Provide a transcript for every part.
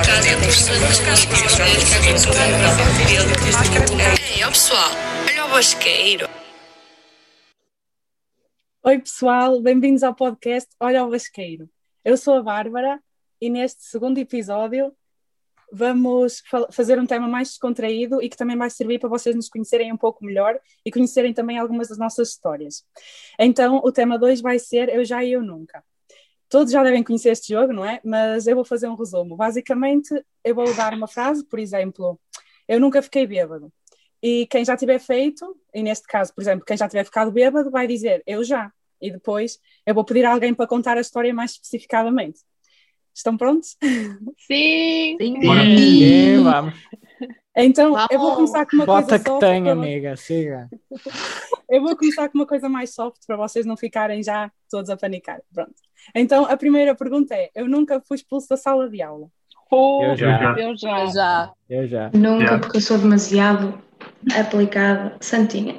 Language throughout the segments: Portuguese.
perceber, mas caso que os meus que a gente vai Ei, ó pessoal, olha o basqueiro. Oi pessoal, bem-vindos ao podcast Olha o Vasqueiro. Eu sou a Bárbara e neste segundo episódio vamos fa- fazer um tema mais descontraído e que também vai servir para vocês nos conhecerem um pouco melhor e conhecerem também algumas das nossas histórias. Então, o tema 2 vai ser Eu Já e Eu Nunca. Todos já devem conhecer este jogo, não é? Mas eu vou fazer um resumo. Basicamente, eu vou dar uma frase, por exemplo, eu nunca fiquei bêbado. E quem já tiver feito, e neste caso, por exemplo, quem já tiver ficado bêbado, vai dizer eu já. E depois eu vou pedir a alguém para contar a história mais especificadamente. Estão prontos? Sim! Bora. É, vamos. Então, eu vou Vamos. começar com uma Bota coisa que soft. tem, para- amiga. Siga. Eu vou começar com uma coisa mais soft para vocês não ficarem já todos a panicar. Pronto. Então, a primeira pergunta é: eu nunca fui expulso da sala de aula. Pô, Eu já. Eu já. Já. Eu já. Nunca, Yeah. porque eu sou demasiado aplicada. Santinha.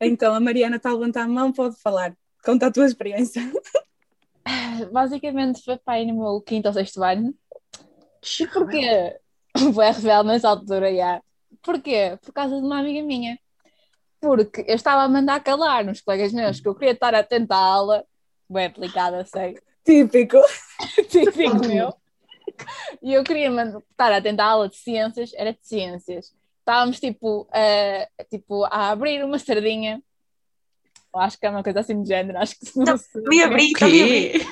Então, a Mariana está a levantar a mão, pode falar. Conta a tua experiência. Basicamente foi para aí no meu quinto ou sexto ano. E porquê? Foi rebelde nessa altura, já. Porquê? Por causa de uma amiga minha. Porque eu estava a mandar calar nos colegas meus, que eu queria estar atenta à aula. Bem aplicada, sei. Típico. Típico meu. E eu queria man- estar atenta à aula de ciências, era de ciências. Estávamos tipo a, tipo, a abrir uma sardinha. Eu acho que é uma coisa assim de género, acho que se não se- Me abri, tá me abri.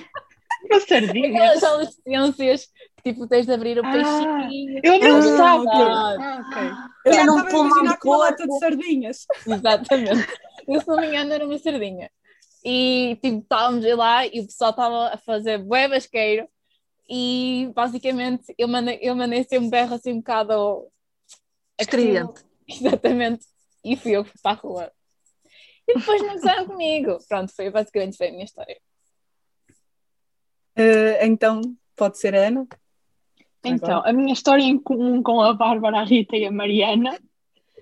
Uma sardinha. Aquelas aulas de ciências que tipo tens de abrir o Ah, peixinho. Eu abri Ah, um saco. ok. Ah, ok. Eu já Era um estava a pulmão imaginar de com uma lata porco. de sardinhas. Exatamente. Eu, se não me engano, era uma sardinha. E tipo, estávamos lá e o pessoal estava a fazer bué basqueiro. E basicamente eu mandei, eu mandei assim um berro assim um bocado Estridente. Exatamente. E fui eu que fui para a rua. E depois não gozaram comigo. Pronto, foi basicamente foi a minha história. Eh, então, pode ser a Ana. Então, a minha história em comum com a Bárbara, a Rita e a Mariana.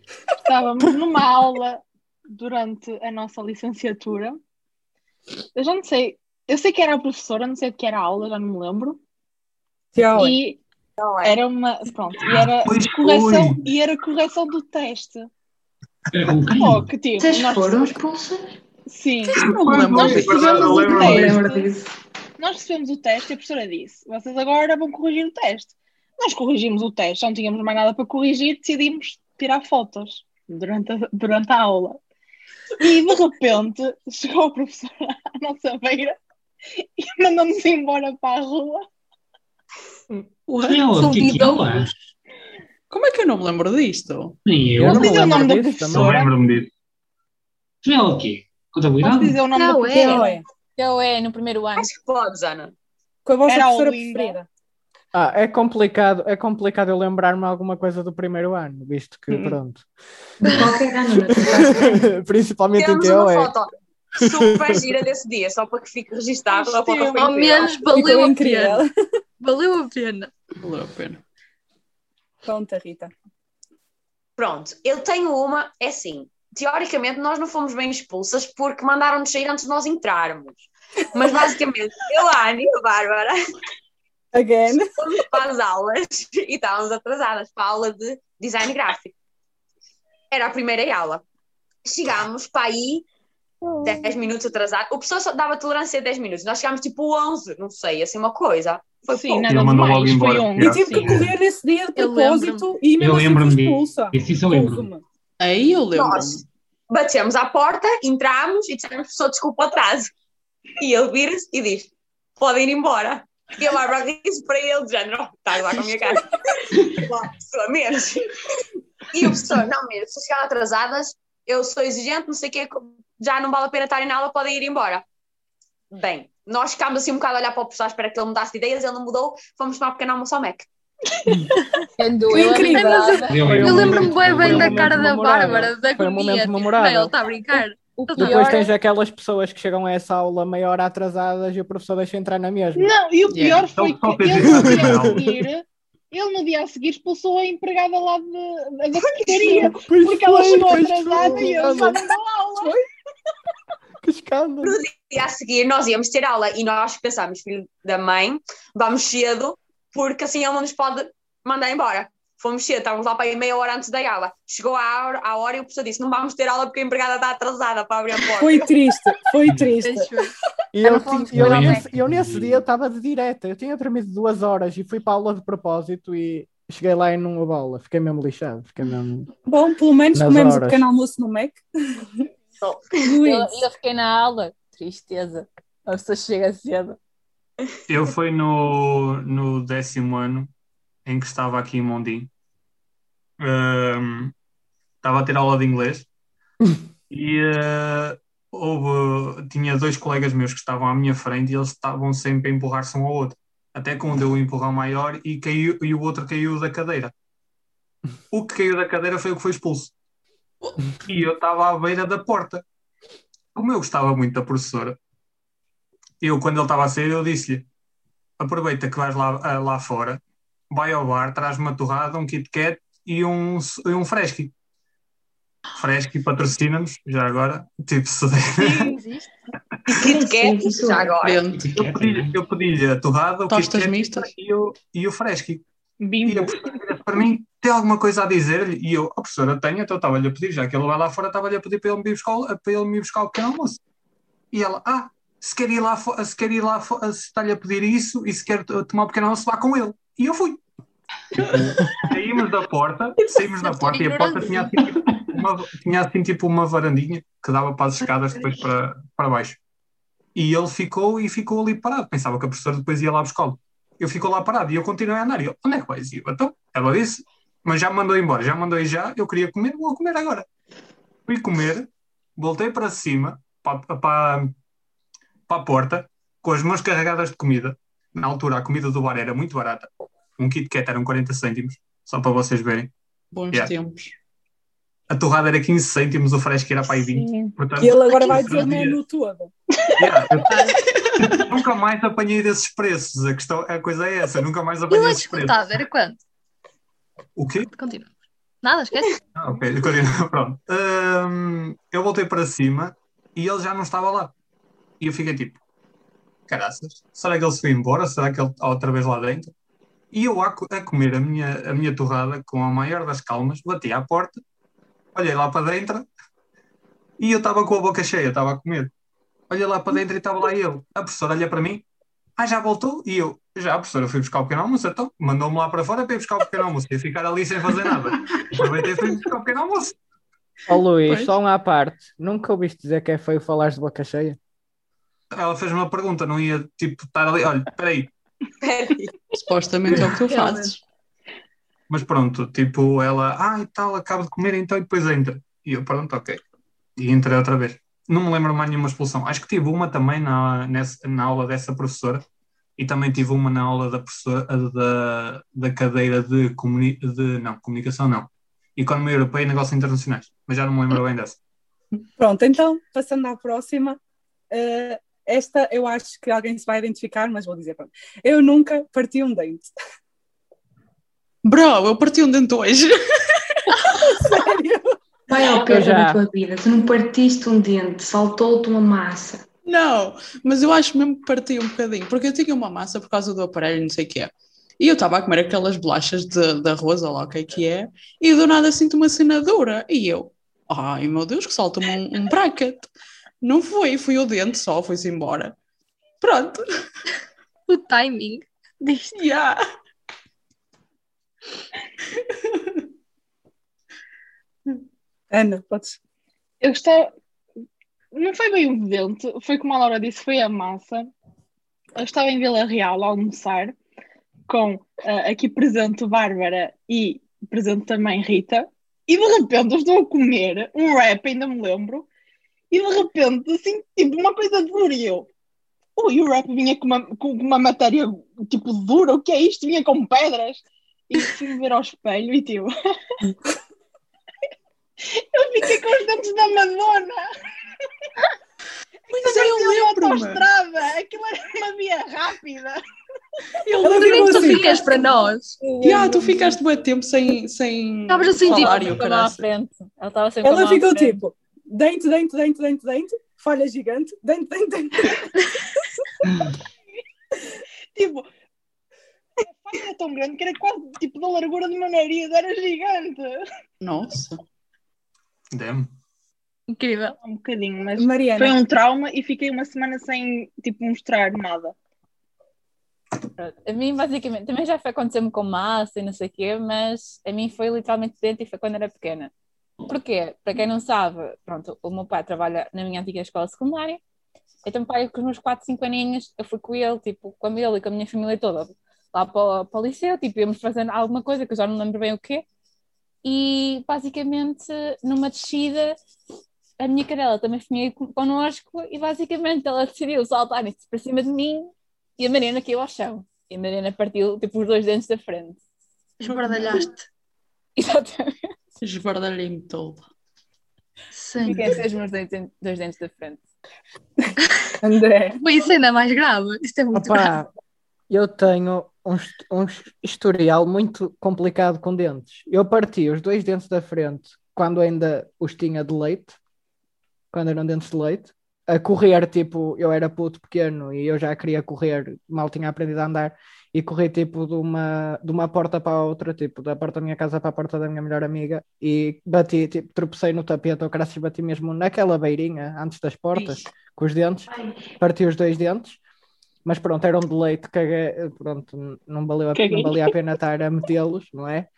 Estávamos numa aula durante a nossa licenciatura. Eu já não sei. Eu sei que era a professora, não sei de que era a aula, já não me lembro. Tchau. E era uma. Pronto, e era Pois correção, e era correção do teste. um Pô, que tipo, Vocês nós- foram expulsas? Sim. Não é Nós recebemos o Não é teste. lembro disso. nós recebemos o teste e a professora disse: vocês agora vão corrigir o teste. Nós corrigimos o teste, não tínhamos mais nada para corrigir, decidimos tirar fotos durante a, durante a aula. E de repente chegou a professora à nossa beira e mandou-nos embora para a rua. Ela, o que é que Convidou. ela? um Como é que eu não me lembro disto? Nem eu. Eu não me dizer o nome da lembro Não disso também. professora? lembro-me disso. Ela o quê? Posso Contabilidade? dizer o nome da Não, professora? Tchau, é. Então é no primeiro ano. Acho que podes, Ana. Com a vossa Era a professora Olinda. preferida. Ah, é complicado, é complicado eu lembrar-me alguma coisa do primeiro ano, visto que, pronto. Qualquer ano. não Principalmente o Temos teu uma é. foto super gira desse dia, só para que fique registado. Mas A foto sim, foi ao incrível. menos Ficou incrível. Valeu a pena. Valeu a pena. Conta, Rita. Pronto, eu tenho uma, é assim, teoricamente nós não fomos bem expulsas porque mandaram-nos sair antes de nós entrarmos. Mas basicamente, eu, a Ana e a Bárbara Again. fomos para as aulas e estávamos atrasadas para a aula de design gráfico. Era a primeira aula. Chegámos para aí 10 minutos atrasados. O professor só dava tolerância a 10 minutos. Nós chegámos tipo 11, não sei, assim uma coisa. Foi Sim, pouco. não Ele não mandou mais, logo embora. Foi um. E Yeah. tive que correr nesse dia de Eu lembro-me. propósito e mesmo Eu assim lembro-me fui disso. expulsa. Isso, isso eu lembro. Expulso-me. Aí eu lembro. Nós batemos à porta, entramos e dissemos, professor, desculpa o atraso. E ele vira-se e diz, podem ir embora. E a Bárbara disse para ele, de género, "Oh, estás lá com a minha cara. Lá, pessoa menos. E o professor, não mesmo, se chegaram atrasadas, eu sou exigente, não sei o quê, já não vale a pena estarem na aula, podem ir embora. Bem, nós ficámos assim um bocado a olhar para o professor, à espera que ele mudasse de ideias, ele não mudou, fomos tomar um pequeno almoço ao Mac. Sendo Que eu incrível. Eu avisada, Eu Eu lembro-me lembro-me bem bem foi um da momento cara da memorável. Bárbara, da Foi um agonia. momento tipo, memorável. "Bem, Ela está a brincar. o E Depois pior é tens aquelas pessoas que chegam a essa aula meia hora atrasadas e o professor deixa entrar na mesma. Não, e o pior Yeah. foi Então, só que fez ele isso no dia na a aula. seguir, ele no dia a seguir expulsou a empregada lá de, da secretaria, Pois porque ela foi, chegou pois atrasada foi. e eu já não dou aula. Que escândalo. E a seguir nós íamos ter aula e nós pensámos, filho da mãe, vamos cedo, porque assim ele não nos pode mandar embora. Fomos cedo, estávamos lá para aí meia hora antes da aula. Chegou a hora, a hora e o professor disse: não vamos ter aula porque a empregada está atrasada para abrir a porta. Foi triste, foi triste. Deixa eu ver. E Era eu, um ponto ti- eu, de nesse, eu Hum. nesse dia estava de direta, eu tinha dormido duas horas e fui para a aula de propósito e cheguei lá e não houve aula, fiquei mesmo lixado, fiquei mesmo. Bom, pelo menos Nas comemos horas. o pequeno almoço no Mac. Bom. Luís, Eu, eu fiquei na aula, tristeza. A pessoa chega cedo. Eu fui no, no décimo ano em que estava aqui em Mondim. Ahm, estava a ter aula de inglês e ah, houve, tinha dois colegas meus que estavam à minha frente e eles estavam sempre a empurrar-se um ao outro. Até que um deu um empurrão maior e, caiu, e o outro caiu da cadeira. O que caiu da cadeira foi o que foi expulso. E eu estava à beira da porta. Como eu gostava muito da professora, eu, quando ele estava a sair, eu disse-lhe: aproveita que vais lá, ah, lá fora, vai ao bar, traz uma torrada, um Kit Kat e um, s- e um fresky. Fresky patrocina-nos, já agora. Tipo, se der. Kit Kat, Sim, isso já é. agora. Dente. Eu pedi-lhe eu pedi-lhe a então, torrada, o Kit é Tostas Kat mistas. e o, e o fresky. E a Bimbo. professora vira-se para mim, tem alguma coisa a dizer-lhe? E eu, a professora, tenho, então estava-lhe a pedir, já que ele vai lá fora, estava-lhe a pedir para ele me ir buscar, o- para ele me ir buscar o pequeno almoço. E ela, ah, se quer ir lá fora, se quer ir lá fo- se está-lhe a pedir isso e se quer to- tomar o pequeno almoço, vá com ele. E eu fui. saímos da porta, saímos da porta e a porta tinha assim, tipo, uma, tinha assim tipo uma varandinha que dava para as escadas depois para, para baixo. E ele ficou e ficou ali parado. Pensava que a professora depois ia lá buscá-lo. Eu ficou lá parado e eu continuei a andar. E eu, onde é que vais? E eu, então, ela disse, mas já me mandou embora, já me mandou ir já, eu queria comer, vou comer agora. Fui comer, voltei para cima, para, para, para a porta, com as mãos carregadas de comida. Na altura, a comida do bar era muito barata. Um Kit Kat eram 40 cêntimos, só para vocês verem. Bons Yeah. tempos. A torrada era 15 cêntimos, o fresco era para aí 20. é Portanto, e ele agora vai eu dizer sabia. menu todo. Yeah, eu- nunca mais apanhei desses preços. A, questão, a coisa é essa, eu nunca mais E o apanhei lanche esses preços. tá. escutado era quanto? O quê? Continua. Nada, esquece. Ah, ok, continua, pronto. Hum, eu voltei para cima e ele já não estava lá. E eu fiquei tipo, caraças, será que ele se foi embora? Será que ele está outra vez lá dentro? E eu a, co- a comer a minha, a minha torrada com a maior das calmas, bati à porta, olhei lá para dentro e eu estava com a boca cheia, estava a comer. Olhei lá para dentro e estava lá ele. A professora olha para mim, ah, já voltou? E eu, já, a professora, fui buscar o pequeno almoço, então mandou-me lá para fora para ir buscar o pequeno almoço e ficar ali sem fazer nada. Aproveitei e fui buscar o pequeno almoço. Ó Luís, Pois. só uma à parte, nunca ouviste dizer que é feio falares de boca cheia? Ela fez-me uma pergunta, não ia tipo estar ali, olha, peraí. Peraí. Supostamente é o que tu fazes. Mas pronto, tipo, ela, ah, e tal, acabo de comer, então e depois entra. E eu, pronto, ok. E entrei outra vez. Não me lembro mais nenhuma expulsão. Acho que tive uma também na, nessa, na aula dessa professora e também tive uma na aula da professora da, da cadeira de, comuni, de não, comunicação não. Economia Europeia e Negócios Internacionais. Mas já não me lembro bem dessa. Pronto, então, passando à próxima, eh, esta eu acho que alguém se vai identificar, mas vou dizer pronto. Eu nunca parti um dente. Bro, eu parti um dente hoje. Sério? Vai ao Pedro já. da tua vida. Tu não partiste um dente, saltou-te uma massa. Não, mas eu acho mesmo que parti um bocadinho, porque eu tinha uma massa por causa do aparelho, não sei o que é. E eu estava a comer aquelas bolachas de, da rosa, lá o que é que é, e do nada sinto uma cena dura. E eu, ai meu Deus, que salta-me um, um bracket. Não foi, foi o dente só, foi-se embora. Pronto, O timing disto. já. Ana, podes. Eu gostava. Não foi bem o dente, foi como a Laura disse, foi a massa. Eu estava em Vila Real a almoçar com ah, aqui presente Bárbara e presente também Rita. E de repente eu estou a comer um rap, ainda me lembro. E de repente, assim, tipo, uma coisa dura. E eu, ui, o rap vinha com uma, com uma matéria, tipo, dura. O que é isto? Vinha com pedras. E fui ver ao espelho e, tipo, eu fiquei com os dentes da Madonna. Pois é, eu lembro-me. autoestrada, aquilo era uma via rápida. Eu Ela lembro-me. ficou Tu assim. ficas para nós. Já, tu ficaste bem tempo sem, sem Estavas a sentir. falar e o Ela ficou lá à caralho. frente. Ela estava sempre Ela lá à ficou frente. tipo, dente, dente, dente, dente, dente, falha gigante, dente, dente, dente. Tipo, a falha era tão é grande que era quase tipo da largura do meu nariz, era gigante. Nossa. Damn. Incrível. Um bocadinho, mas Mariana. foi um trauma e fiquei uma semana sem, tipo, mostrar nada. Pronto. A mim, basicamente, também já foi acontecer-me com massa e não sei o quê, mas a mim foi literalmente dentro e foi quando era pequena. Porquê? Para quem não sabe, pronto, o meu pai trabalha na minha antiga escola secundária, então pai, com os meus 4, 5 aninhos, eu fui com ele, tipo, com ele e com a minha família toda lá para, o- para o liceu, tipo, íamos fazendo alguma coisa que eu já não lembro bem o quê, e basicamente numa descida a minha cadela também vinha con- connosco e basicamente ela decidiu saltar isto para cima de mim e a Mariana caiu ao chão. E a Mariana partiu tipo os dois dentes da frente. Esbardalhaste. Exatamente. Esbardalhei-me todo. Fiquei sem os meus dois, dentes- dois dentes da frente. um- André. Foi isso ainda mais grave. Isto é muito grave. Opa, eu tenho um, hist- um his- historial muito complicado com dentes. Eu parti os dois dentes da frente quando ainda os tinha de leite, quando eram dentes de leite, a correr, tipo, eu era puto pequeno e eu já queria correr, mal tinha aprendido a andar, e corri, tipo, de uma, de uma porta para a outra, tipo, da porta da minha casa para a porta da minha melhor amiga, e bati, tipo, tropecei no tapete, ou graças bati mesmo naquela beirinha, antes das portas, com os dentes, parti os dois dentes, mas pronto, eram de leite, caguei, pronto, n- não, valeu a, Caguei. não valia a pena estar a metê-los, não é?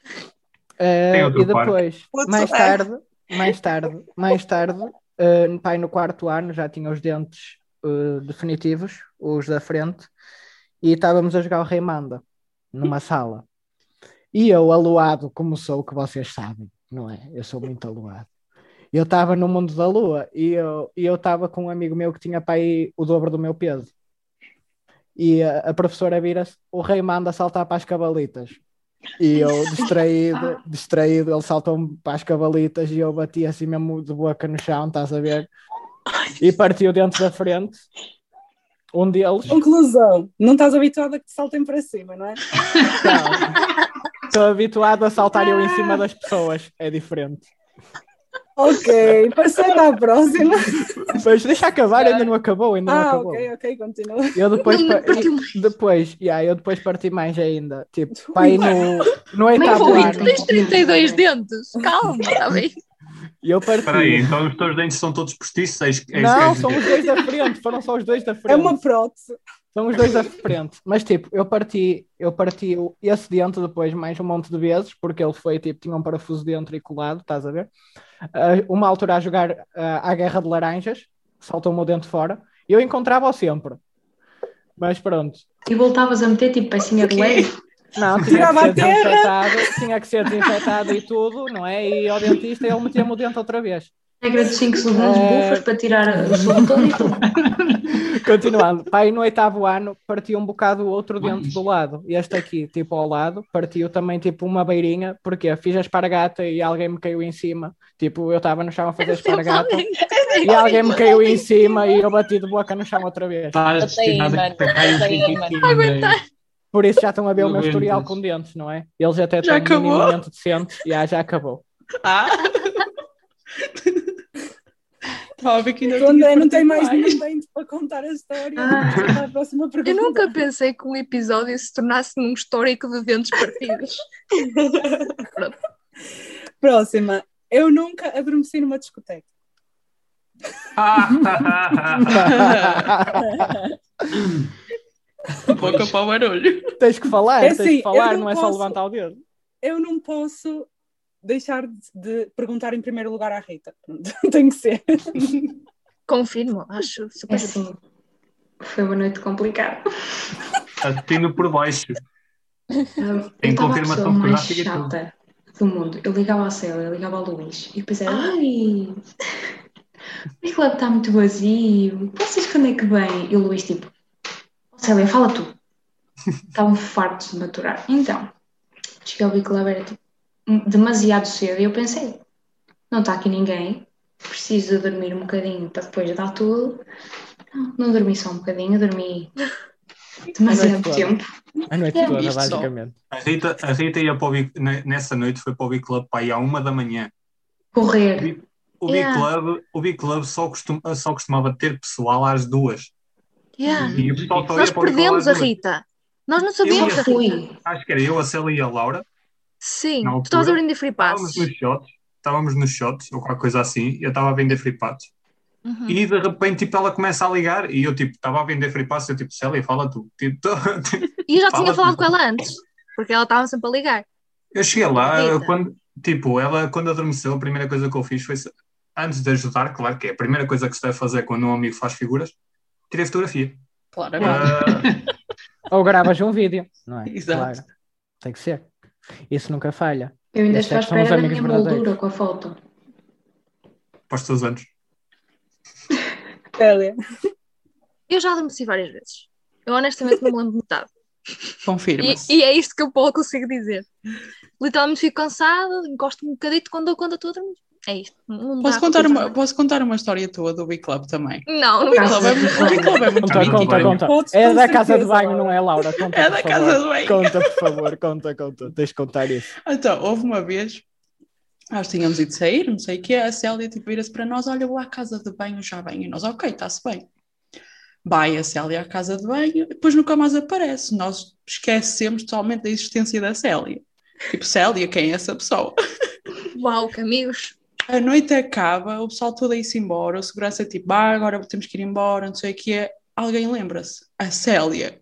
Eh, outro e depois, Puto, mais é. tarde, mais tarde, mais tarde, eh, pai, no quarto ano já tinha os dentes eh, definitivos, os da frente, e estávamos a jogar o Rei Manda numa sala. E eu, aluado, como sou, que vocês sabem, não é? Eu sou muito aluado. Eu estava no mundo da lua e eu e eu estava com um amigo meu que tinha pai o dobro do meu peso. E a, a professora vira-se, o rei manda saltar para as cabalitas. E eu, distraído, distraído, ele saltou-me para as cabalitas e eu bati assim mesmo de boca no chão, estás a ver? E partiu dentro da frente. Um deles. Conclusão, não estás habituada a que te saltem para cima, não é? Estou habituado a saltar eu em Ah. cima das pessoas. É diferente. Ok, passando à próxima. Mas deixa acabar, ainda não acabou, ainda não Ah, acabou. ok, ok, continua. Eu depois, Não, pa- partiu e- depois, yeah, eu depois parti mais ainda. Tipo, pai é no, no Mas oitavo foi, tu ano. tens 32 dentes. Calma, está bem. E eu parti. Espera aí, então os teus dentes são todos postiços? É, isso- é, isso que Não, queres são dizer? os dois da frente, foram só os dois da frente. É uma prótese. São os dois da frente. Mas tipo, eu parti, eu parti o- esse dente depois mais um monte de vezes, porque ele foi tipo, tinha um parafuso dentro e colado, estás a ver? Ah, uma altura a jogar ah, à guerra de laranjas, saltou-me o dente fora. e Eu encontrava-o sempre. Mas pronto. E voltavas a meter tipo pecinha de lei. Não, tinha que Tirava ser a terra. desinfetado, tinha que ser desinfetado e tudo, não é? E ao dentista ele metia-me o dente outra vez. Regra de 5 segundos, É. bufas para tirar o som todo e tudo. Continuando, pai, no oitavo ano partiu um bocado o outro dente do lado, este aqui, tipo ao lado, partiu também tipo uma beirinha, porque eu fiz a espargata e alguém me caiu em cima, tipo eu estava no chão a fazer é espargata e alguém me caiu em cima e eu bati de boca no chão outra vez. Estás Eu sei, destinada mano. a pegar Eu sei, em mano. É ti, André. Por isso já estão a ver o meu Não historial aguentas. com dentes, não é? Eles até Já têm acabou? minimamente decente, já, já acabou. Ah! Estava a ver que ainda O é, André não tem partido mais nenhum dente para contar a história. Vamos para a próxima pergunta. Ah. Eu nunca pensei que um episódio se tornasse num histórico de dentes partidos. Próxima. Eu nunca adormeci numa discoteca. Boca para o barulho. tens que falar, É tens assim, que falar, eu não, não é só posso- levantar o dedo. Eu não posso deixar de, de perguntar em primeiro lugar à Rita. Pronto, Tem que ser. Confirmo, acho É super. assim. Foi uma noite complicada. Assino por baixo. Eu Tem estava a confirmação pessoa mais fotográfica e tudo. chata do mundo. Eu ligava ao céu, eu ligava ao Luís. E depois era, ai, o clube está muito vazio. Vocês quando é que vêm? E o Luís tipo, Célia, fala tu. Estavam fartos de maturar. Então, cheguei ao Big Club, era tipo, demasiado cedo. E eu pensei, não está aqui ninguém. Preciso de dormir um bocadinho para depois dar tudo. Não, não dormi só um bocadinho, dormi é demasiado toda. tempo. A noite É, toda, isto só. basicamente. A Rita, a Rita ia para o Big, ne- nessa noite foi para o Big Club para aí à uma da manhã. Correr. O Big Yeah. Club, o Big Club só, costum, só costumava ter pessoal às duas. Yeah. E o pessoal só Nós ia para o Big Club às perdemos a duas. Rita. Nós não Eu sabíamos ia- a Rita. Fui. Acho que era eu, a Célia e a Laura. Sim, Na tu estavas a altura, vender free Ah, Estávamos passes. nos shots, estávamos nos shots ou qualquer coisa assim, e eu estava a vender free passes. Hum. Uhum. E de repente, tipo, ela começa a ligar e eu, tipo, estava a vender free passes, eu, tipo, Célia, fala tu. Tipo, tô- E eu já Fala tinha falado tu. com ela antes, porque ela estava sempre a ligar. Eu cheguei lá, Rita. eu quando, tipo, ela quando adormeceu, a primeira coisa que eu fiz foi, antes de ajudar, claro que é a primeira coisa que se deve fazer quando um amigo faz figuras, tirei fotografia. Claro, Ah, Ou gravas um vídeo, não Ah, é? Exato. Claro. Tem que ser. Isso nunca falha. Eu ainda Isso estou é à que são os espera da amigos minha moldura verdadeiros. com a foto. para os teus anos. Célia. Eu já adormeci várias vezes. Eu honestamente não me lembro de metade. E, Confirma-se. e é isto que eu pouco consigo dizer. Literalmente fico cansada, encosto um bocadito quando dou conta estou a dormir. É isto. Não Posso dá contar, para uma, posso contar uma história tua do Big Club também? Não, não O Big Casa Club é, de muito- o Big Club é muito Casa de Conta, bonito. conta, banho. conta. Todos É com da casa de certeza, banho, Laura. não é, Laura? Conta, É por da favor. casa do banho. Conta, por favor, conta, conta. Tens de contar isso. Então, houve uma vez, nós tínhamos ido sair, não sei o que é, a Célia tipo, vira-se para nós, olha, vou à casa de banho, já venho. E nós, ok, está-se bem. Vai a Célia à casa de banho, depois nunca mais aparece. Nós esquecemos totalmente da existência da Célia. Tipo, Célia, quem é essa pessoa? Uau, que amigos. A noite acaba, o pessoal todo aí-se embora, o segurança é tipo, ah, agora temos que ir embora, não sei o que é. Alguém lembra-se? A Célia.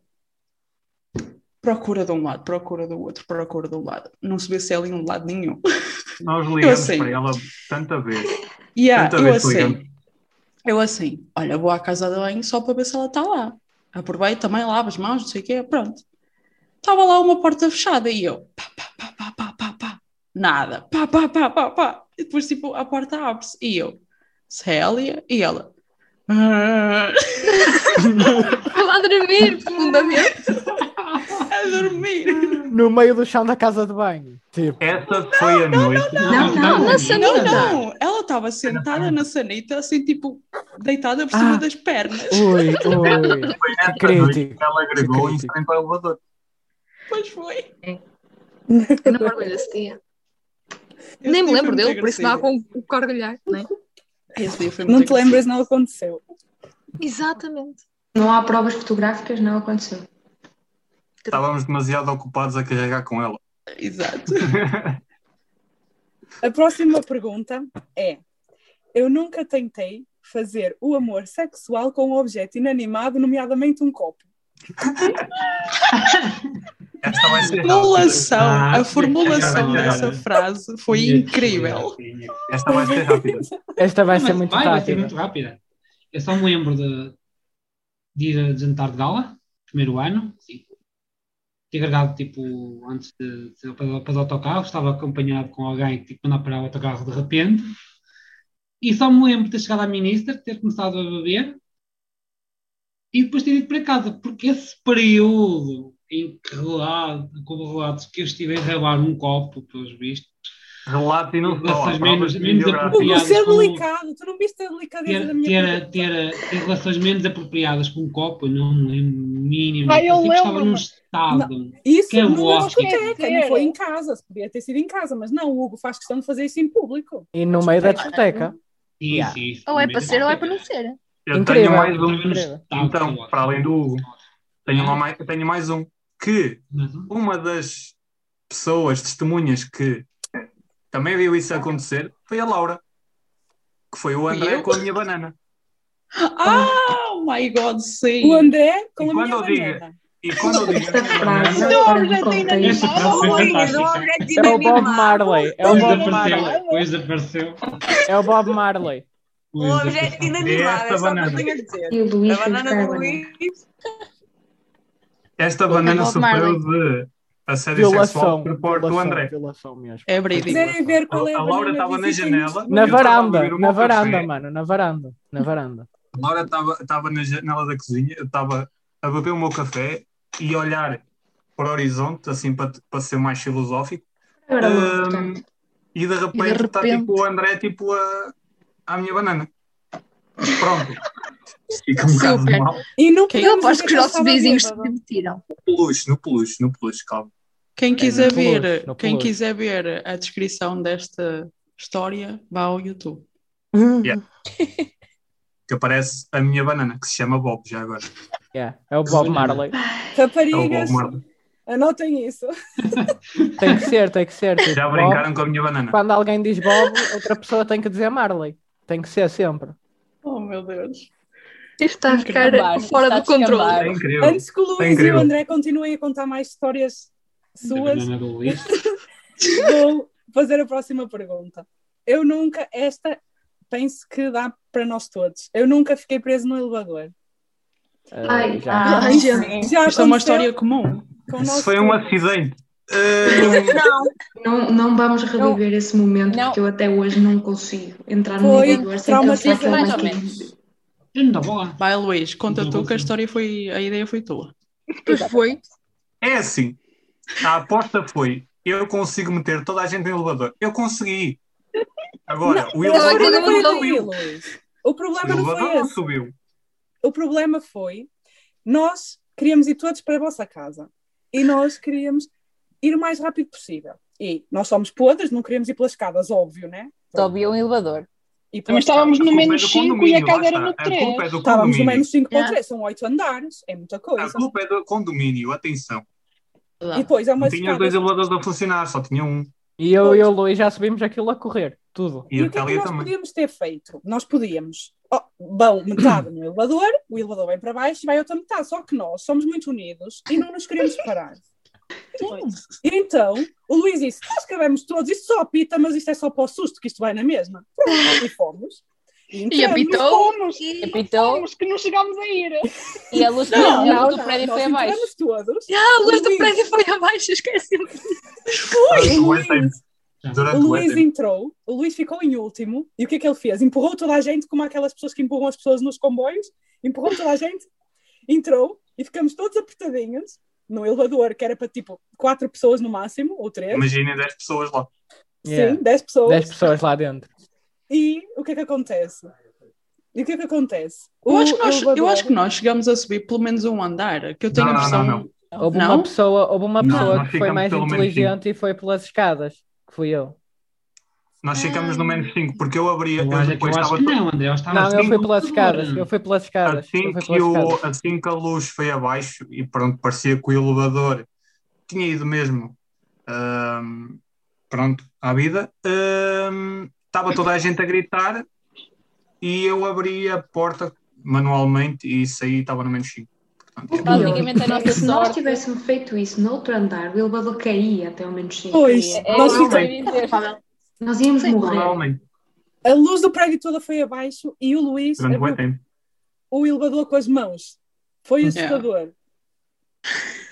Procura de um lado, procura do outro, procura do lado. Não se vê Célia em lado nenhum. Nós ligamos sei. para ela tanta vez. E há, Tanta eu vez que assim, né? ligamos. eu assim, olha, vou à casa de banho só para ver se ela está lá. Aproveito também, lavo as mãos, não sei o quê, pronto. Estava lá uma porta fechada e eu, pá, pá, pá, pá, pá, pá, pá, nada, pá, pá, pá, pá, pá. E depois, tipo, a porta abre-se e eu, Célia, e ela, "Ah", Eu a dormir profundamente. a dormir. No meio do chão da casa de banho. Tipo, Essa foi a noite. Não, não, na Não, sanita. não, ela estava sentada na sanita, assim, tipo, deitada por cima Ah. das pernas. ui, ui. Foi nessa noite crítico. que ela agregou em crítico. frente ao elevador. Pois foi. Eu não me orgulho desse dia. Esse Nem dia me foi lembro muito dele, por isso não há agressivo. com o que orgulhar. não é? Esse dia foi muito Não te agressivo. lembras, não aconteceu. Exatamente. Não há provas fotográficas, não aconteceu. Estávamos demasiado ocupados a carregar com ela. Exato. A próxima pergunta é: Eu nunca tentei fazer o amor sexual com um objeto inanimado, nomeadamente um copo. Esta vai ser rápida. formulação, Ah, a formulação cara. dessa frase foi incrível. Esta vai ser rápida. Esta vai Mas ser muito vai, vai ser rápida. muito rápida. Eu só me lembro de, de ir a jantar de gala, primeiro ano, sim. Tinha carregado, tipo, antes de, de- para, para o autocarro, estava acompanhado com alguém que, tipo, não parar o autocarro de repente. E só me lembro de ter chegado à ministra, ter começado a beber e depois ter ido para casa, porque esse período em que relato, como relatos que eu estive a rabar um copo, pelos vistos, Relato e não só. há Relações menos- provas menos videográficas. Hugo, Piadas ser com- é delicado, tu não viste a delicadeza da ter, minha ter, pergunta? ter, ter relações menos apropriadas com um copo, eu não me lembro mínimo. Ah, eu tipo, estava lembro-me. num estado. Isso que não um numa bosta. discoteca, não foi em casa, podia ter sido em casa, mas não, Hugo faz questão de fazer isso em público. E no meio da discoteca. Sim, Yeah. sim, sim, Ou é mas para ser ou é sei. para não ser. Eu Incrível. tenho mais Estava um. num Incrível. estado Então, caótico. para além do Hugo. Tenho, lá mais, tenho mais um. Que Mas, um- uma das pessoas, testemunhas que também viu isso acontecer foi a Laura. Que foi o André eu? com a minha banana. Ah, oh my god, sim. O André com a E minha quando eu digo- banana. E quando eu um, digo a Esta minha banana, frase Não, agora já me tem contei. na Essa frase foi fantástica. É o Bob Marley. É o Depois Bob Marley. apareceu. Depois apareceu. É o Bob Marley. O objeto inanimado, Esta é só o que eu banana. tenho a é dizer. E o Luís A foi buscar banana a do banana. Luís. esta banana Bob sofreu Marley. de assédio sexual Violação. por parte do Violação, André. violação mesmo. É verídico. Quiserem ver qual é a A Laura banana, estava na visitem-nos. janela. Na Eu tava a varanda, beber o na meu café. varanda, mano, na varanda, na varanda. A Laura estava na janela da cozinha, eu estava a beber o meu café e a olhar para o horizonte, assim, para, para ser mais filosófico. Agora Hum, logo, portanto. e de E de repente está repente. tipo o André tipo a, à minha banana. Pronto. Fica um bocado Super. mal. E não Quem- Eu podemos aposto dizer que os ele nossos estava vizinhos se bêbado. demitiram. Peluche, no peluche, no peluche, calma. Quem quiser no Pelouse, ver, no quem Pelouse. quiser ver a descrição desta história, vá ao YouTube. Que aparece a minha banana, que se chama Bob já agora. Yeah, É o Bob Banana. Marley. É o Bob Raparigas, Marley. Anotem isso. Tem que ser, tem que ser. tipo, Já Bob. brincaram com a minha banana. Quando alguém diz Bob, outra pessoa tem que dizer Marley. Tem que ser sempre. Oh, meu Deus. Isto está a ficar Descambar, fora está do a descambar. controle. É incrível. Antes que o Luís e incrível. o André continuem a contar mais histórias Da suas, banana do Luís. vou fazer a próxima pergunta. Eu nunca, esta penso que dá para nós todos. Eu nunca fiquei preso no elevador. Eh, Ai, já. ah, Isso já Isto é uma aconteceu história comum. com Isso nós foi um todos. acidente. Eh, não, não vamos reviver esse momento Não. porque eu até hoje não consigo entrar no então Foi elevador sem traumatizante. cancelar Mais ou aquele menos. maquinho. Eu não dá bola. Vai, Luís, conta Não, tu que a sim. história foi. A ideia foi tua. Pois foi. É assim. A aposta foi: eu consigo meter toda a gente no elevador. Eu consegui. Agora, o O problema Não, elevador aquilo não não foi daí, subiu. Luís. O o problema não elevador foi não esse. subiu. O problema foi nós queríamos ir todos para a vossa casa e nós queríamos ir o mais rápido possível. E nós somos podres, não queríamos ir pelas escadas, óbvio, né? Sobe um elevador. E pelas Também estávamos A no culpa é menos do 5 e a condomínio, casa lá está. era no A culpa é 3. do Estávamos no condomínio. menos 5.3, Yeah. são 8 andares, é muita A coisa. culpa é do condomínio, atenção. E depois há Não umas tinha escadas. dois elevadores a funcionar, só tinha um. E eu Pois. e o Luís já subimos aquilo a correr. Tudo. E, E a o que é que Thalia nós também. podíamos ter feito? Nós podíamos, oh, vão metade no elevador, o elevador vem para baixo e vai outra metade, só que nós somos muito unidos e não nos queremos separar. E então, o Luís disse: Nós cabemos todos, isto só apita, mas isto é só para o susto, que isto vai na mesma. Pronto, e fomos. E, E entramos. apitou. Fomos, E... Apitou fomos que não chegámos a ir. e a luz, Não, a luz não, do não, prédio nós foi abaixo. entramos todos. Ah, a luz do Luís. prédio foi abaixo, esqueci-me. Durante O o Etem. Luís, o Durante o Luís Etem. entrou, o Luís ficou em último. E o que é que ele fez? Empurrou toda a gente, como aquelas pessoas que empurram as pessoas nos comboios. Empurrou toda a gente, entrou e ficamos todos apertadinhos no elevador, que era para tipo quatro pessoas no máximo, ou três. Imaginem 10 pessoas lá. Yeah. Sim, dez pessoas. 10 pessoas lá dentro. E o que é que acontece? E o que é que acontece? Eu O acho, que nós, eu elevador- acho que nós chegamos a subir pelo menos um andar, que eu tenho Não, a não, impressão. não, não. Houve Não? uma pessoa, houve uma Não, pessoa nós que foi ficamos mais pelo menos inteligente e foi pelas escadas, que fui eu. Nós ficamos no menos 5, porque eu abria, Eu eu, acho, eu depois acho estava. é que não, André. Eu estava não, eu assim fui no pelas elevador. escadas, eu fui pelas escadas. eu Assim fui que, pelas o, escadas. assim que a luz foi abaixo e pronto, parecia que o elevador tinha ido mesmo ahm, pronto, à vida, ahm, estava toda a gente a gritar e eu abri a porta manualmente e saí e estava no menos 5. O pior Basicamente, a é que nossa se nós sorte- tivéssemos feito isso noutro andar, o elevador caía até ao menos 5. Pois, É nós isso que eu ficamos- ia dizer. Nós íamos morrer. Provavelmente, a luz do prédio toda foi abaixo e o Luís durante o abriu tempo. o elevador com as mãos. Foi Yeah. assustador.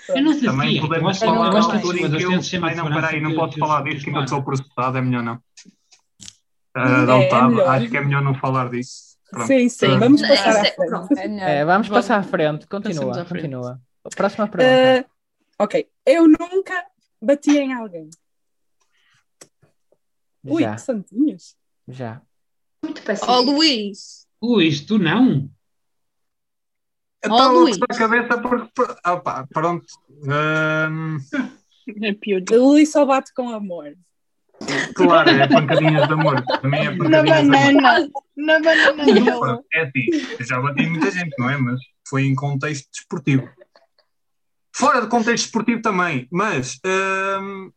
Eu não sei Também se é. Eu podemos acho que eu falar na acho que as altura em pessoas que eu. têm de ser mais Ai não, peraí, não posso falar disso que ainda sou processado, é melhor não. É, Ah, é Daltava, melhor. acho que é melhor não falar disso. Pronto. Sim, sim, Ah, vamos Não, passar isso à é- frente. Pronto. É, não. É, vamos Vamos- passar à frente. Passamos Continua, à frente. continua. Próxima pergunta. Ah, ok, eu nunca bati em alguém. Ui, já, que santinhos. já. Muito péssimo. Ó Luís. Luís, tu não? Ó, Estava a Luís. coçar a cabeça porque. por- Ah, pá, pronto. Hum, Ahm, É pior. O Luís só bate com amor. claro, é pancadinhas de amor. Também é Na pancadinhas de amor. banana. Na banana dela. Pronto, É assim, eu já bati em muita gente, não é? Mas foi em contexto desportivo. Fora de contexto desportivo também, mas. ahm,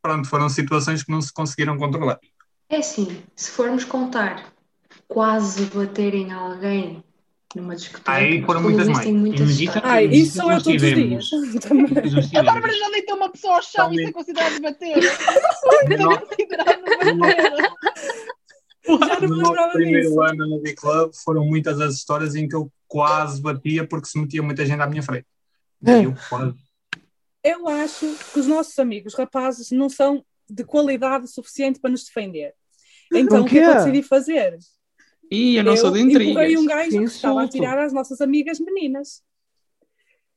pronto, foram situações que não se conseguiram controlar. É assim, se formos contar quase bater em alguém numa discoteca, Aí foram porque o muitas Luís mais. tem muitas Mas isso- histórias. Ai, Mas isso sou eu nós todos os tivemos. dias. Também. Nós A tivemos. Bárbara já deitou uma pessoa ao chão, isso é considerado bater. Isso é No- considerado bater. No Já não me nosso lembrava primeiro disso. ano no Big Club foram muitas as histórias em que eu quase batia porque se metia muita gente à minha frente. Hum. E eu quase. Eu acho que os nossos amigos rapazes não são de qualidade suficiente para nos defender. Então, O o que é que eu quê? decidi fazer? Ih, eu não sou de empurrei intrigas. um gajo Que que estava a insulto. tirar às nossas amigas meninas.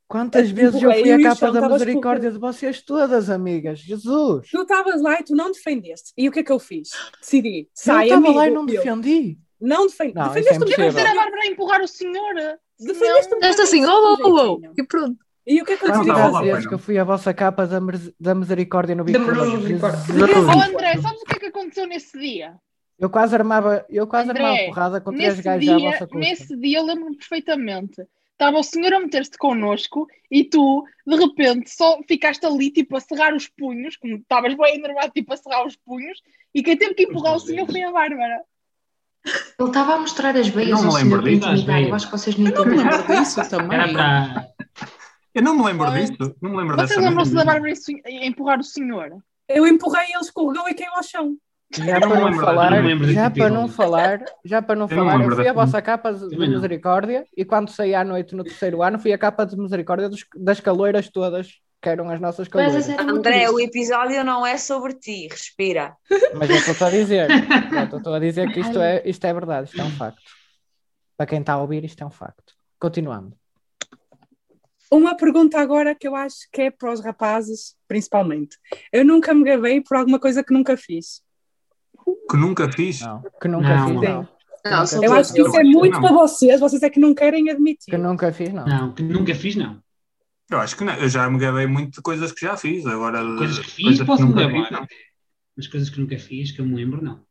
Quantas Eu vezes eu fui empurrei e à o capa chão da tava misericórdia de vocês todas, amigas? Jesus! Tu estavas lá e tu não defendeste. E o que é que eu fiz? Decidi, Eu sai, estava amigo. lá e não me meu. defendi. Não defendi. Não, isso é defendeste um Devia impossível. ser a Bárbara a empurrar o senhor. Defendeste um Deste assim, bocadinho, oh, um oh, oh, jeitinho. e pronto. E o que é que eu Não, decidi tava lá, Quantas fazer? pai, vezes não. que eu fui à vossa capa da, mer- da misericórdia no Big Da Club? misericórdia. Jesus! Oh, André, sabes o que é que aconteceu nesse dia? Eu quase armava, eu quase André, armava porrada com três Nesse gajos à vossa dia, custa. nesse dia eu lembro-me perfeitamente. Estava o senhor a meter-se connosco e tu, de repente, só ficaste ali, tipo, a cerrar os punhos, como estavas bem enervado, tipo, a cerrar os punhos, e quem teve que empurrar o é. senhor foi a Bárbara. Ele estava a mostrar as veias Não me ao lembro senhor disso, para as intimidar. Eu veias. acho que vocês não Não me entenderam. lembro disso também. Era para. Eu não me lembro Pois. disso. Não me lembro Vocês dessa lembram-se da merda. Bárbara e sen- e empurrar o senhor? Eu empurrei, ele escorregou e caiu ao chão. Já Eu para não não lembro da- eu falar, não lembro desse já para não episódio. falar, já para não não falar, eu lembro fui da- à vossa capa de Também não. misericórdia e quando saí à noite no terceiro ano fui à capa de misericórdia dos- das caloiras todas, que eram as nossas Mas caloiras. essa era muito André, o triste. episódio não é sobre ti, respira. Mas é eu estou a dizer, pronto, eu estou a dizer que isto é, isto é verdade, isto é um facto. Para quem está a ouvir, isto é um facto. Continuando. Uma pergunta agora que eu acho que é para os rapazes, principalmente. Eu nunca me gravei por alguma coisa que nunca fiz. Que nunca fiz. Não, que nunca Não, fiz, não. não. Não, sou Eu acho que isso é muito para vocês, vocês é que não querem Que admitir. nunca fiz, não. Não, que nunca fiz, não. Eu acho que não. Eu já me gabei muito de coisas que já fiz. Agora, de Coisas que fiz, coisas que posso me nunca gabar. fiz, não. Mas coisas que nunca fiz, que eu me lembro, não.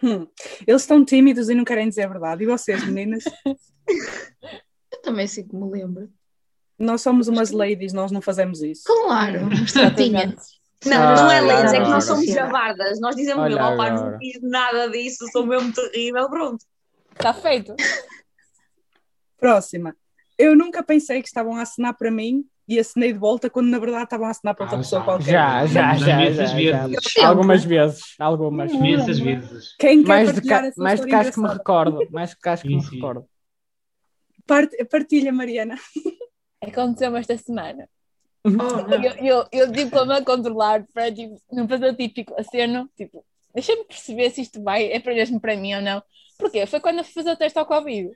Hum, Eles estão tímidos e não querem dizer a verdade. E vocês, meninas? Eu também sei que me lembro. Nós somos umas ladies, nós não fazemos isso. Claro, tinha. Não, mas não é Ah, leis, é que agora, nós somos sim. javardas. Nós dizemos Olha mesmo, "Oh, pá, agora. não fiz nada disso, sou mesmo terrível, pronto. Está Tá feito. Próxima. Eu nunca pensei que estavam a assinar para mim e assinei de volta quando na verdade estavam a assinar para outra Ah, pessoa já. qualquer. Já, já, Mas já, já, imensas já. vezes. Algumas vezes, algumas. Imensas vezes. Quem quer Mais de, partilhar ca... essa mais de história caso que me engraçada? recordo, mais de caso que Sim, me sim. recordo. Part- Partilha, Mariana. Aconteceu-me esta semana. Oh, não. Eu, eu, eu tipo, como a controlar para tipo, não fazer o típico aceno, tipo, deixa-me perceber se isto vai, é para mesmo para mim ou não. Porquê? Foi quando eu fui fazer o teste ao Covid.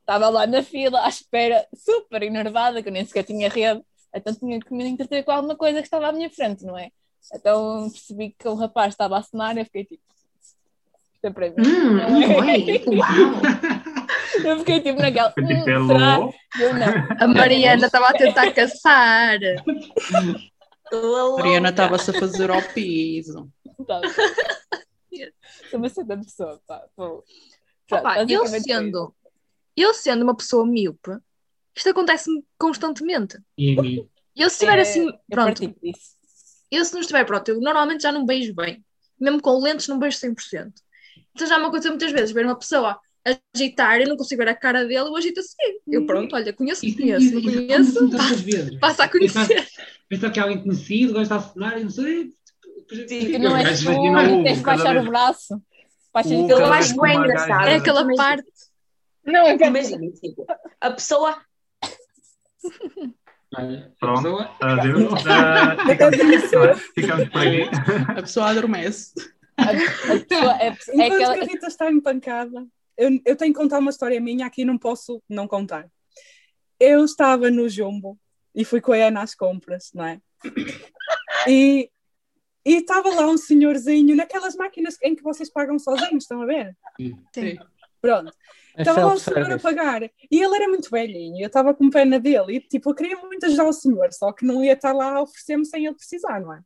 Estava lá na fila, à espera, super enervada, que eu nem sequer tinha rede, então tinha que me entreter com alguma coisa que estava à minha frente, não é? Então percebi que o rapaz estava a assinar e eu fiquei tipo, isto é para mim. Hum, Não é? um oi. Uau. Eu fiquei tipo naquela, Foi hum, tipo, será? hello. Eu não. A Mariana estava a tentar caçar. Lalo. A Mariana estava-se a fazer ao piso. Tá. Sou uma santa pessoa, pá. Pô. Pronto, Opa, eu basicamente foi isso. sendo, eu sendo uma pessoa míope, isto acontece-me constantemente. E a mim. Eu se estiver É, assim, Eu pronto, partilho disso. eu se não estiver pronto, eu normalmente já não beijo bem. Mesmo com lentes não beijo 100%. Então já me aconteceu muitas vezes ver uma pessoa agitar, eu não consigo ver a cara dele, eu agito assim. Eu pronto, olha, conheço, Isso- conheço, isso- isso conheço, acontece-me tantas vezes. passa a conhecer. Pensar que é alguém conhecido, gosta de assinar e não sei. Sim, Que não Os és gajos tu, imaginam e tens de o- cada baixar vez- o braço. Baixas o- o Eu cada acho vez bem uma gaja- engraçado. É aquela parte. Não, é que Imagina, tipo, a pessoa. Olha, a Pronto. pessoa- Adeus. Ah, ficamos, não é? Ficamos por aqui. A pessoa adormece. a pessoa é, é Enquanto aquela. que a Rita está empancada, eu, eu tenho que contar uma história minha aqui, não posso não contar. Eu estava no Jumbo e fui com a Ana às compras, não é? E e estava lá um senhorzinho naquelas máquinas em que vocês pagam sozinhos, estão a ver? Sim. Pronto. Estava lá o senhor a É Self-service. pagar e ele era muito velhinho, eu estava com pena dele e tipo, eu queria muito ajudar o senhor, só que não ia estar lá a oferecer-me sem ele precisar, não é?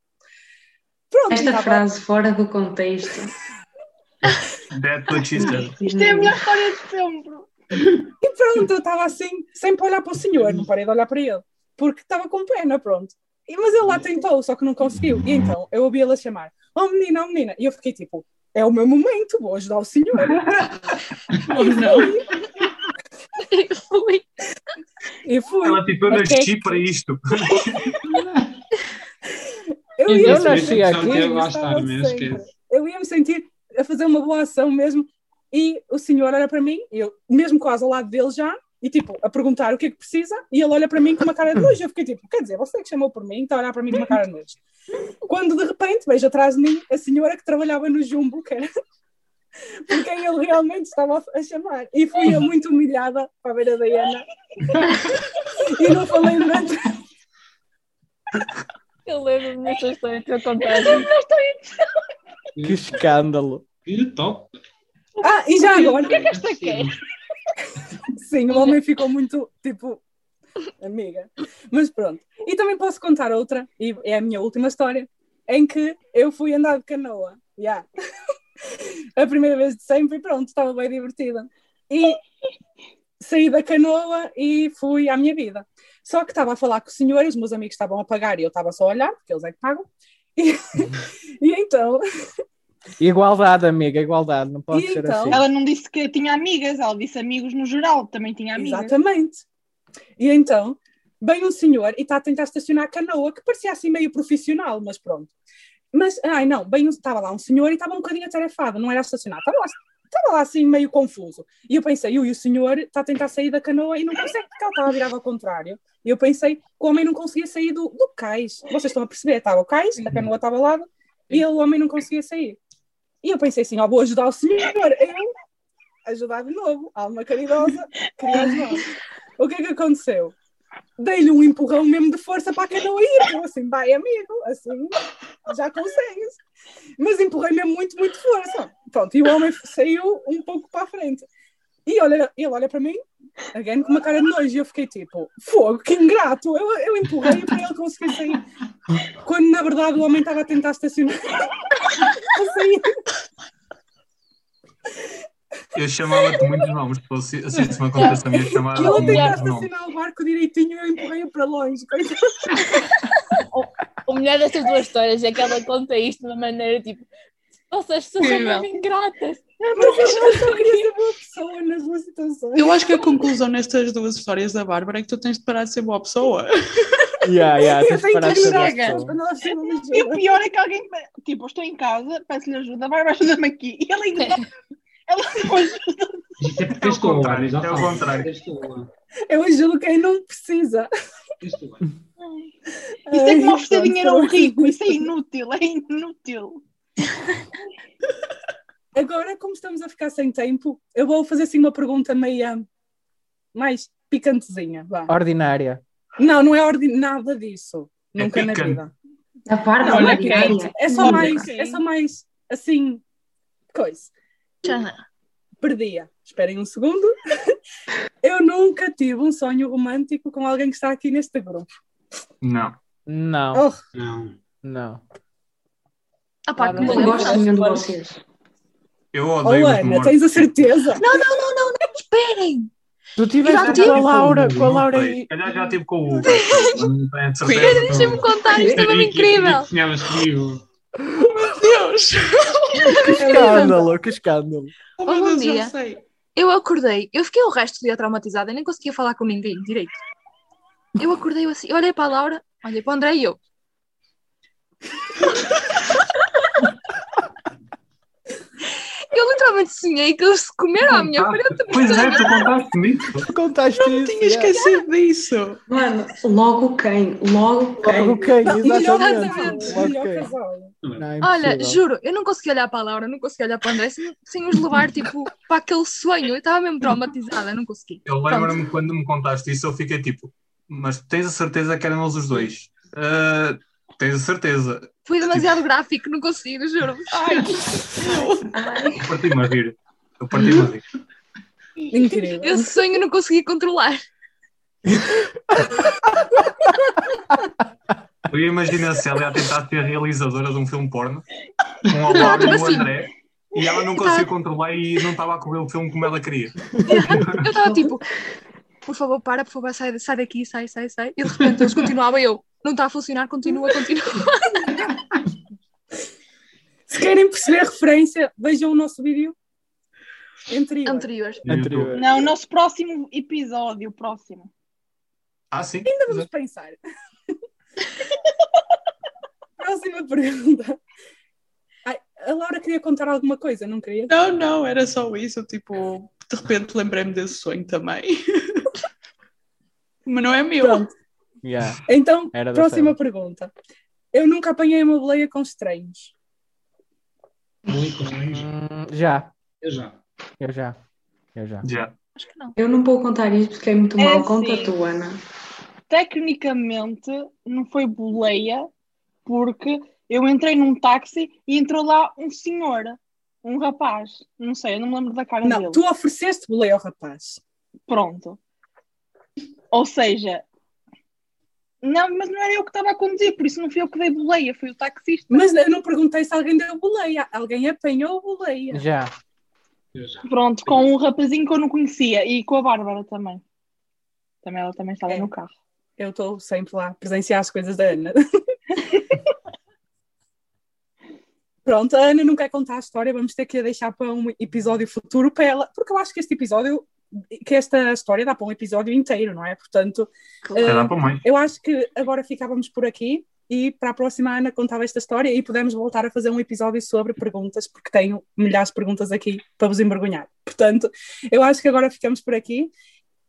Pronto, e Esta estava- frase fora do contexto. That what she said. isto é a melhor história de sempre. E pronto, eu estava assim, sempre a olhar para o senhor, não parei de olhar para ele, porque estava com pena, pronto. E, mas ele lá tentou, só que não conseguiu. E então eu ouvi ele a chamar: Oh menina, oh menina. E eu fiquei tipo: É o meu momento, vou ajudar o senhor. Oh, não. Fui. E fui. Ela tipo, eu Mas que é nasci que- para isto. Eu Quem ia, disse nasci isso, sabe aqui, que Eu eu gosto de estava estar mesmo, sempre. esquece. eu ia me sentir a fazer uma boa ação mesmo. E o senhor olha para mim, eu mesmo quase ao lado dele já, e tipo, a perguntar o que é que precisa, e ele olha para mim com uma cara de nojo. Eu fiquei tipo, quer dizer, você é que chamou por mim, está a olhar para mim com uma cara de nojo. Quando de repente vejo atrás de mim a senhora que trabalhava no Jumbo, que era por quem ele realmente estava a chamar. E fui eu muito humilhada para a beira da Ana. e não falei durante. Eu lembro-me dessa história que eu contava. Que escândalo. Que top. Ah, e já agora, Esta quer? Sim, o homem ficou muito tipo amiga. Mas pronto. E também posso contar outra, e é a minha última história, em que eu fui andar de canoa. Yeah. a primeira vez de sempre, e pronto, estava bem divertida. E saí da canoa e fui à minha vida. Só que estava a falar com o senhor, os meus amigos estavam a pagar e eu estava só a olhar, porque eles é que pagam. E, e então, Igualdade, amiga, igualdade, não pode E ser então? assim. Ela não disse que tinha amigas, ela disse amigos no geral, também tinha amigas. exatamente. E então, vem um senhor e está a tentar estacionar a canoa, que parecia assim meio profissional, mas pronto. Mas, ai não, bem, um- estava lá um senhor e estava um bocadinho atarefado, não era a estacionar, estava lá, estava lá assim meio confuso. E eu pensei, ui, o senhor está a tentar sair da canoa e não consegue, porque ela estava virada ao contrário. E eu pensei, o homem não conseguia sair do, do cais. Vocês estão a perceber, estava o cais, a canoa estava ao lado, e ele, o homem não conseguia sair. E eu pensei assim, ó, vou ajudar o senhor. Eu ajudar de novo, alma caridosa, queria ajudar. O que é que aconteceu? Dei-lhe um empurrão mesmo de força para a canoa ir. Eu assim, vai amigo, assim, já consegues. Mas empurrei mesmo muito, muito força. Pronto, e o homem saiu um pouco para a frente. E olha, ele olha para mim, again, com uma cara de nojo, e eu fiquei tipo, fogo, que ingrato, eu, eu empurrei para ele conseguir sair. Quando na verdade o homem estava a tentar estacionar. a sair. Eu chamava-te muitos nomes, se fosse- se isso me acontecesse a minha chamada. E ele tentar muitos nomes. estacionar o barco direitinho, eu empurrei-o para longe. coitado. O melhor destas duas histórias é que ela conta isto de uma maneira tipo. Vocês são Incrível. mesmo ingratas. Mas eu só queria saber a pessoa nas duas situações. Eu acho que a conclusão nestas duas histórias da Bárbara é que tu tens de parar de ser boa pessoa. Yeah, yeah, Eu tens de tenho que é parar de ajudar as saber pessoas pessoa. quando elas precisam de E o ajuda. pior é que alguém, tipo, eu estou em casa, peço-lhe ajuda, vai, vai, ajuda-me aqui. E ela ainda ela assim, depois Isto É é porque o tens tua contrário, hora, já é o falo. contrário. Tens tua- Eu ajudo quem não precisa. tens é tua hora. Isso é Ai, como oferecer pronto, dinheiro ao pronto. rico, isso é inútil, é inútil. é- Agora, como estamos a ficar sem tempo, eu vou fazer assim uma pergunta meia mais picantezinha. Vá. Ordinária. Não, não é ordem nada disso. É Nunca na picante. vida. Da parte Olha, ordinária. Ah, É só Olha, mais, sim. é só mais assim, coisa. Já não. Perdia. Esperem um segundo. Eu nunca tive um sonho romântico com alguém que está aqui neste grupo. Não. Não, Oh, Não. não. Ah, pá, Ah, que não Eu merda. não gosto de nenhum de Olha. vocês. Eu oh odeio os Ana, mortos. tens a certeza? Esperem! Tu tiveste tive com a Laura, com a Laura Se e. calhar já tive com o Hugo. acho eu. Não tenho certeza. Deixa-me contar, isto é mesmo Sabia que- sabia incrível! que sonhavas comigo. Deus! Que escândalo, que escândalo. Oh, Houve meu um Deus, já dia. sei. Eu acordei, eu fiquei o resto do dia traumatizada, eu nem conseguia falar com ninguém direito. Eu acordei eu assim, eu olhei para a Laura, olhei para o André e eu. Eu literalmente sonhei que eles se comeram à minha frente. Pois é, tu contaste-me isso. Tu contaste Não isso. tinha esquecido disso. Mano, logo quem? Logo yeah. Logo quem? quem, Não, melhor casal, exatamente. Logo melhor quem. casal. Não, é Olha, impossível. juro, eu não consegui olhar para a Laura, não consegui olhar para o André sem, sem os levar tipo, para aquele sonho. Eu estava mesmo traumatizada, eu não consegui. Eu lembro-me quando me contaste isso, eu fiquei tipo, mas tens a certeza que eram eles os dois? Ah, tens a certeza. Foi demasiado gráfico, não consegui, juro. Ai, Eu parti-me a rir. Eu parti-me a rir. Incrível. Esse sonho eu não consegui controlar. Eu imagino se ela ia tentar ser realizadora de um filme porno com a Laura e tipo o assim. Tá. André e ela não conseguiu controlar e não estava a correr o filme como ela queria. Eu estava tipo, por favor, para, por favor, sai, sai daqui, sai, sai, sai. E de repente eles continuavam e eu, não está a funcionar, continua, continua. Se querem perceber a referência, vejam o nosso vídeo É anterior. Anterior. No YouTube. Anterior. Não, o nosso próximo episódio, o próximo. Ah, sim. Vamos pensar. Próxima pergunta. Ai, a Laura queria contar alguma coisa, não queria? não, não, era só isso. Tipo, de repente lembrei-me desse sonho também. Mas não é meu. Pronto. Yeah, Então, Era da próxima Sela. pergunta. Eu nunca apanhei uma boleia com estranhos. Muito bem. Hum, já, Eu já. eu já. Eu já. Já. Acho que não. Eu não vou contar isto porque é muito É mal. assim. Conta tu, Ana. Tecnicamente, não foi boleia, porque eu entrei num táxi e entrou lá um senhor, um rapaz. Não sei, eu não me lembro da cara Não, dele. tu ofereceste boleia ao rapaz. Pronto. Ou seja, não, mas não era eu que estava a conduzir, por isso não fui eu que dei boleia, foi o taxista. Mas eu não perguntei se alguém deu boleia. Alguém apanhou boleia. Já. Eu já. Pronto, com um rapazinho que eu não conhecia e com a Bárbara também. Também ela também estava É. no carro. Eu estou sempre lá, presenciar as coisas da Ana. Pronto, a Ana não quer contar a história, vamos ter que a deixar para um episódio futuro para ela, porque eu acho que este episódio, que esta história dá para um episódio inteiro, não é? Portanto, Até dá eh, para mais. eu acho que agora ficávamos por aqui e para a próxima a Ana contava esta história e podemos voltar a fazer um episódio sobre perguntas, porque tenho milhares de perguntas aqui para vos envergonhar. Portanto, eu acho que agora ficamos por aqui.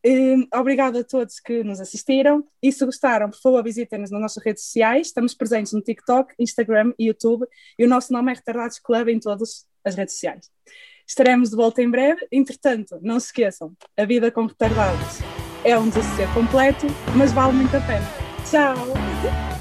Hum, Obrigada a todos que nos assistiram e se gostaram, por favor, visitem-nos nas nossas redes sociais. Estamos presentes no TikTok, Instagram e YouTube e o nosso nome é Retardados Club em todas as redes sociais. Estaremos de volta em breve. Entretanto, não se esqueçam, a vida com retardados é um desassossego completo, mas vale muito a pena. Tchau!